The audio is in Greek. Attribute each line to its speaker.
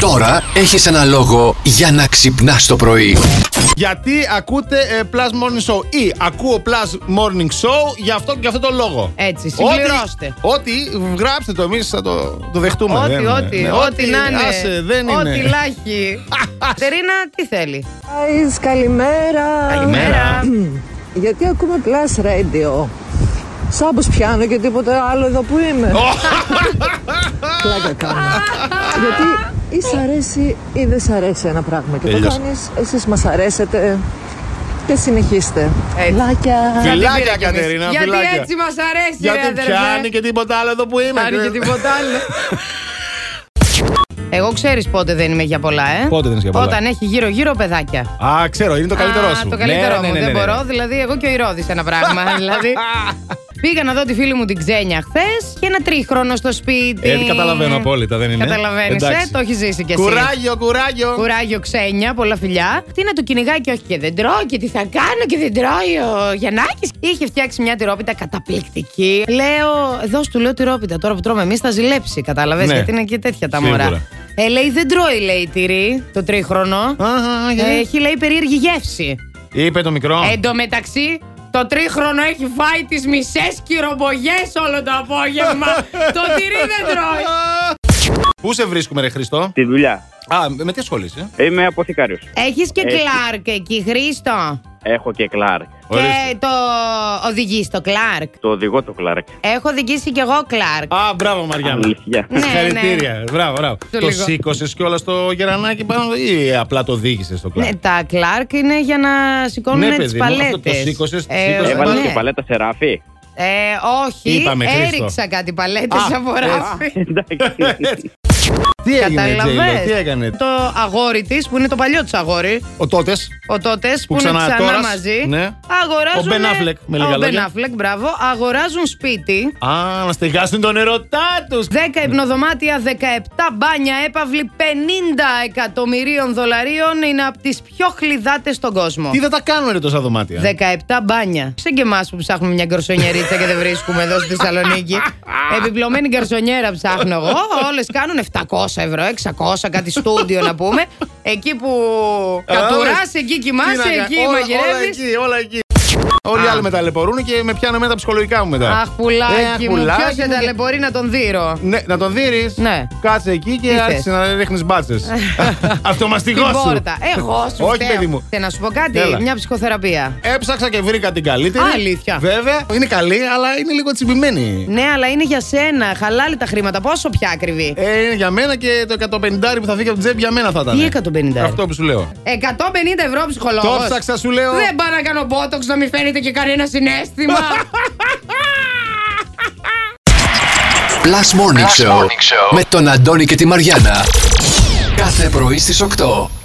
Speaker 1: Τώρα έχεις ένα λόγο για να ξυπνάς το πρωί.
Speaker 2: Γιατί ακούτε ε, Plus Morning Show ή ακούω Plus Morning Show για αυτό και για αυτό το λόγο.
Speaker 3: Έτσι, Ε, συμπληρώστε.
Speaker 2: Ό,τι, ό,τι γράψτε το, εμείς θα το, το δεχτούμε.
Speaker 3: Ό,τι,
Speaker 2: Δεν-
Speaker 3: ό,τι,
Speaker 2: ναι,
Speaker 3: ό,τι να είναι.
Speaker 2: άσε, δεν
Speaker 3: Ό,τι
Speaker 2: είναι.
Speaker 3: λάχει. Τερίνα, τι θέλει.
Speaker 4: Guys, καλημέρα.
Speaker 2: Καλημέρα.
Speaker 4: Γιατί ακούμε Plus Radio. Σαν πως πιάνω και τίποτε άλλο εδώ που είμαι. Πλάκα κάνω. Γιατί ή σ' αρέσει ή δεν σ' αρέσει ένα πράγμα και το
Speaker 2: Τέλειωσε.
Speaker 4: κάνεις, εσείς μας αρέσετε και συνεχίστε.
Speaker 3: Έτσι.
Speaker 4: Λάκια.
Speaker 2: Φιλάκια,
Speaker 3: Γιατί
Speaker 2: Κατερίνα,
Speaker 3: Γιατί
Speaker 2: φιλάκια.
Speaker 3: έτσι μας αρέσει, ρε
Speaker 2: Γιατί
Speaker 3: αδερφέ.
Speaker 2: πιάνει και τίποτα άλλο εδώ που είμαι. Ε,
Speaker 3: Πιάνει και τίποτα άλλο. Εγώ ξέρεις πότε δεν είμαι για πολλά, ε.
Speaker 2: Πότε δεν είσαι για πολλά.
Speaker 3: Όταν έχει γύρω-γύρω παιδάκια.
Speaker 2: Α, ξέρω, είναι το καλύτερό
Speaker 3: Α,
Speaker 2: σου.
Speaker 3: Το καλύτερό
Speaker 2: Ναι, ναι,
Speaker 3: μου.
Speaker 2: ναι,
Speaker 3: δεν
Speaker 2: ναι, ναι.
Speaker 3: μπορώ. Δηλαδή, εγώ και ο Ηρώδης ένα πράγμα. δηλαδή, πήγα να δω τη φίλη μου την Ξένια χθες και ένα τρίχρονο στο σπίτι.
Speaker 2: Ε, τι καταλαβαίνω απόλυτα, δεν είναι.
Speaker 3: Καταλαβαίνεις,
Speaker 2: Εντάξει.
Speaker 3: ε, το έχεις ζήσει κι εσύ.
Speaker 2: Κουράγιο, κουράγιο.
Speaker 3: Κουράγιο, Ξένια, πολλά φιλιά. Τι να το κυνηγάει και όχι και δεν τρώω και τι θα κάνω και δεν τρώει ο Γιαννάκης. Είχε φτιάξει μια τυρόπιτα καταπληκτική. Λέω, δώσ' του λέω τυρόπιτα. Τώρα που τρώμε εμείς θα ζηλέψει, κατάλαβες.
Speaker 2: Ναι.
Speaker 3: Γιατί είναι και τέτοια τα
Speaker 2: Σίγουρα.
Speaker 3: μωρά. Ε, λέει, δεν τρώει, λέει τυρί το τρίχρονο.
Speaker 2: Α, γιατί?
Speaker 3: Έχει, λέει, περίεργη γεύση.
Speaker 2: Είπε το μικρό.
Speaker 3: Εν τω μεταξύ, το τρίχρονο έχει φάει τις μισές κυρομπογιές όλο το απόγευμα. το τυρί δεν τρώει.
Speaker 2: Πού σε βρίσκουμε, Ρε Χριστό.
Speaker 5: Τη δουλειά.
Speaker 2: Α, με τι ασχολείσαι.
Speaker 5: Είμαι αποθηκάριος.
Speaker 3: Έχεις και
Speaker 5: Έχεις.
Speaker 3: Κλάρκ εκεί, Χρήστο.
Speaker 5: Έχω και Κλάρκ.
Speaker 2: Ορίστε.
Speaker 3: Και το οδηγείς το Κλάρκ.
Speaker 5: Το οδηγό το Κλάρκ.
Speaker 3: Έχω οδηγήσει κι εγώ Κλάρκ.
Speaker 2: Α, μπράβο, Μαριάννα.
Speaker 5: Αλήθεια.
Speaker 3: Ναι,
Speaker 2: Συγχαρητήρια. Μπράβο, μπράβο.
Speaker 3: Το
Speaker 2: Το
Speaker 3: λίγο.
Speaker 2: σήκωσες κιόλας το γερανάκι πάνω ή απλά το οδήγησες στο κλαμπ.
Speaker 3: Ναι, τα Κλάρκ είναι για να σηκώνουν
Speaker 2: Ναι,
Speaker 3: τις
Speaker 2: παιδί
Speaker 3: τι
Speaker 2: μου, αυτό
Speaker 3: παλέτε.
Speaker 2: το σήκωσες, το σήκωσες.
Speaker 5: Έβαλε
Speaker 2: Ναι.
Speaker 5: και παλέτα σε ράφι.
Speaker 3: Ε, όχι,
Speaker 2: Είπαμε, Χρήστο.
Speaker 3: έριξα κάτι παλέτες
Speaker 2: Α,
Speaker 3: από
Speaker 2: έτσι.
Speaker 3: ράφι.
Speaker 5: Εντάξει.
Speaker 2: Τι έγινε, Τζέιλο,
Speaker 3: Καταλαβες.
Speaker 2: τι έκανε.
Speaker 3: Το αγόρι της, που είναι το παλιό της αγόρι,
Speaker 2: Ο τότες.
Speaker 3: ο τότες που,
Speaker 2: Που
Speaker 3: είναι
Speaker 2: ξανά
Speaker 3: ξανά
Speaker 2: τώρας,
Speaker 3: μαζί.
Speaker 2: ναι.
Speaker 3: Αγοράζουν.
Speaker 2: Ο Ben Affleck, με λίγα
Speaker 3: Ο Ben
Speaker 2: λόγια.
Speaker 3: Affleck, μπράβο. Αγοράζουν σπίτι.
Speaker 2: Α, να στεγάσουν τον ερωτά τους.
Speaker 3: 10 υπνοδωμάτια, 17 μπάνια, έπαυλη 50 εκατομμυρίων δολαρίων είναι από τις πιο χλιδάτες στον κόσμο.
Speaker 2: Τι θα τα κάνουν ρε τόσα δωμάτια.
Speaker 3: 17 μπάνια. Σαν και εμάς που ψάχνουμε μια γκαρσονιερίτσα και δεν βρίσκουμε εδώ στη Θεσσαλονίκη. Επιπλωμένη γκαρσονιέρα ψάχνω εγώ. Όλες κάνουν 700 ευρώ, 600, κάτι στούντιο να πούμε. Εκεί που κατουρά,
Speaker 2: όλες.
Speaker 3: εκεί
Speaker 2: Ε, Τι
Speaker 3: κοιμάσαι,
Speaker 2: να κα-
Speaker 3: εκεί
Speaker 2: όλα- Όλα
Speaker 3: μαγειρεύεις.
Speaker 2: εκεί, όλα εκεί. Όλοι οι άλλοι με ταλαιπωρούν και με πιάνουν με τα ψυχολογικά μου μετά.
Speaker 3: Αχ, πουλάκι
Speaker 2: Ε,
Speaker 3: μου,
Speaker 2: πουλάκι
Speaker 3: ποιος δεν
Speaker 2: μου.
Speaker 3: ταλαιπωρεί να τον δείρω.
Speaker 2: Ναι, να τον δει.
Speaker 3: Ναι.
Speaker 2: Κάτσε εκεί
Speaker 3: Τι
Speaker 2: και
Speaker 3: θες?
Speaker 2: άρχισε να ρίχνεις μπάτσες. Αυτομαστικός
Speaker 3: Την
Speaker 2: σου.
Speaker 3: πόρτα. Εγώ σου
Speaker 2: Όχι,
Speaker 3: φταίω.
Speaker 2: παιδί μου.
Speaker 3: Και να σου πω κάτι,
Speaker 2: Έλα.
Speaker 3: μια ψυχοθεραπεία.
Speaker 2: Έψαξα και βρήκα την καλύτερη.
Speaker 3: Αλήθεια.
Speaker 2: Βέβαια, είναι καλή, αλλά είναι λίγο τσιμπημένη.
Speaker 3: Ναι, αλλά είναι για σένα. Χαλάλη τα χρήματα. Πόσο πια ακριβή.
Speaker 2: Ε, είναι για μένα και το 150 που θα φύγει από την τσέπη για μένα θα ήταν.
Speaker 3: Τι 150?
Speaker 2: ναι. Αυτό που σου λέω.
Speaker 3: 150 ευρώ ψυχολόγος.
Speaker 2: Το ψάξα, σου λέω.
Speaker 3: Δεν πάω να κάνω μπότοξ να μην φαίνεται και κανένα συνέστημα.
Speaker 1: Plus Morning, Show, με τον Αντώνη και τη Μαριάνα. Κάθε πρωί στις 8.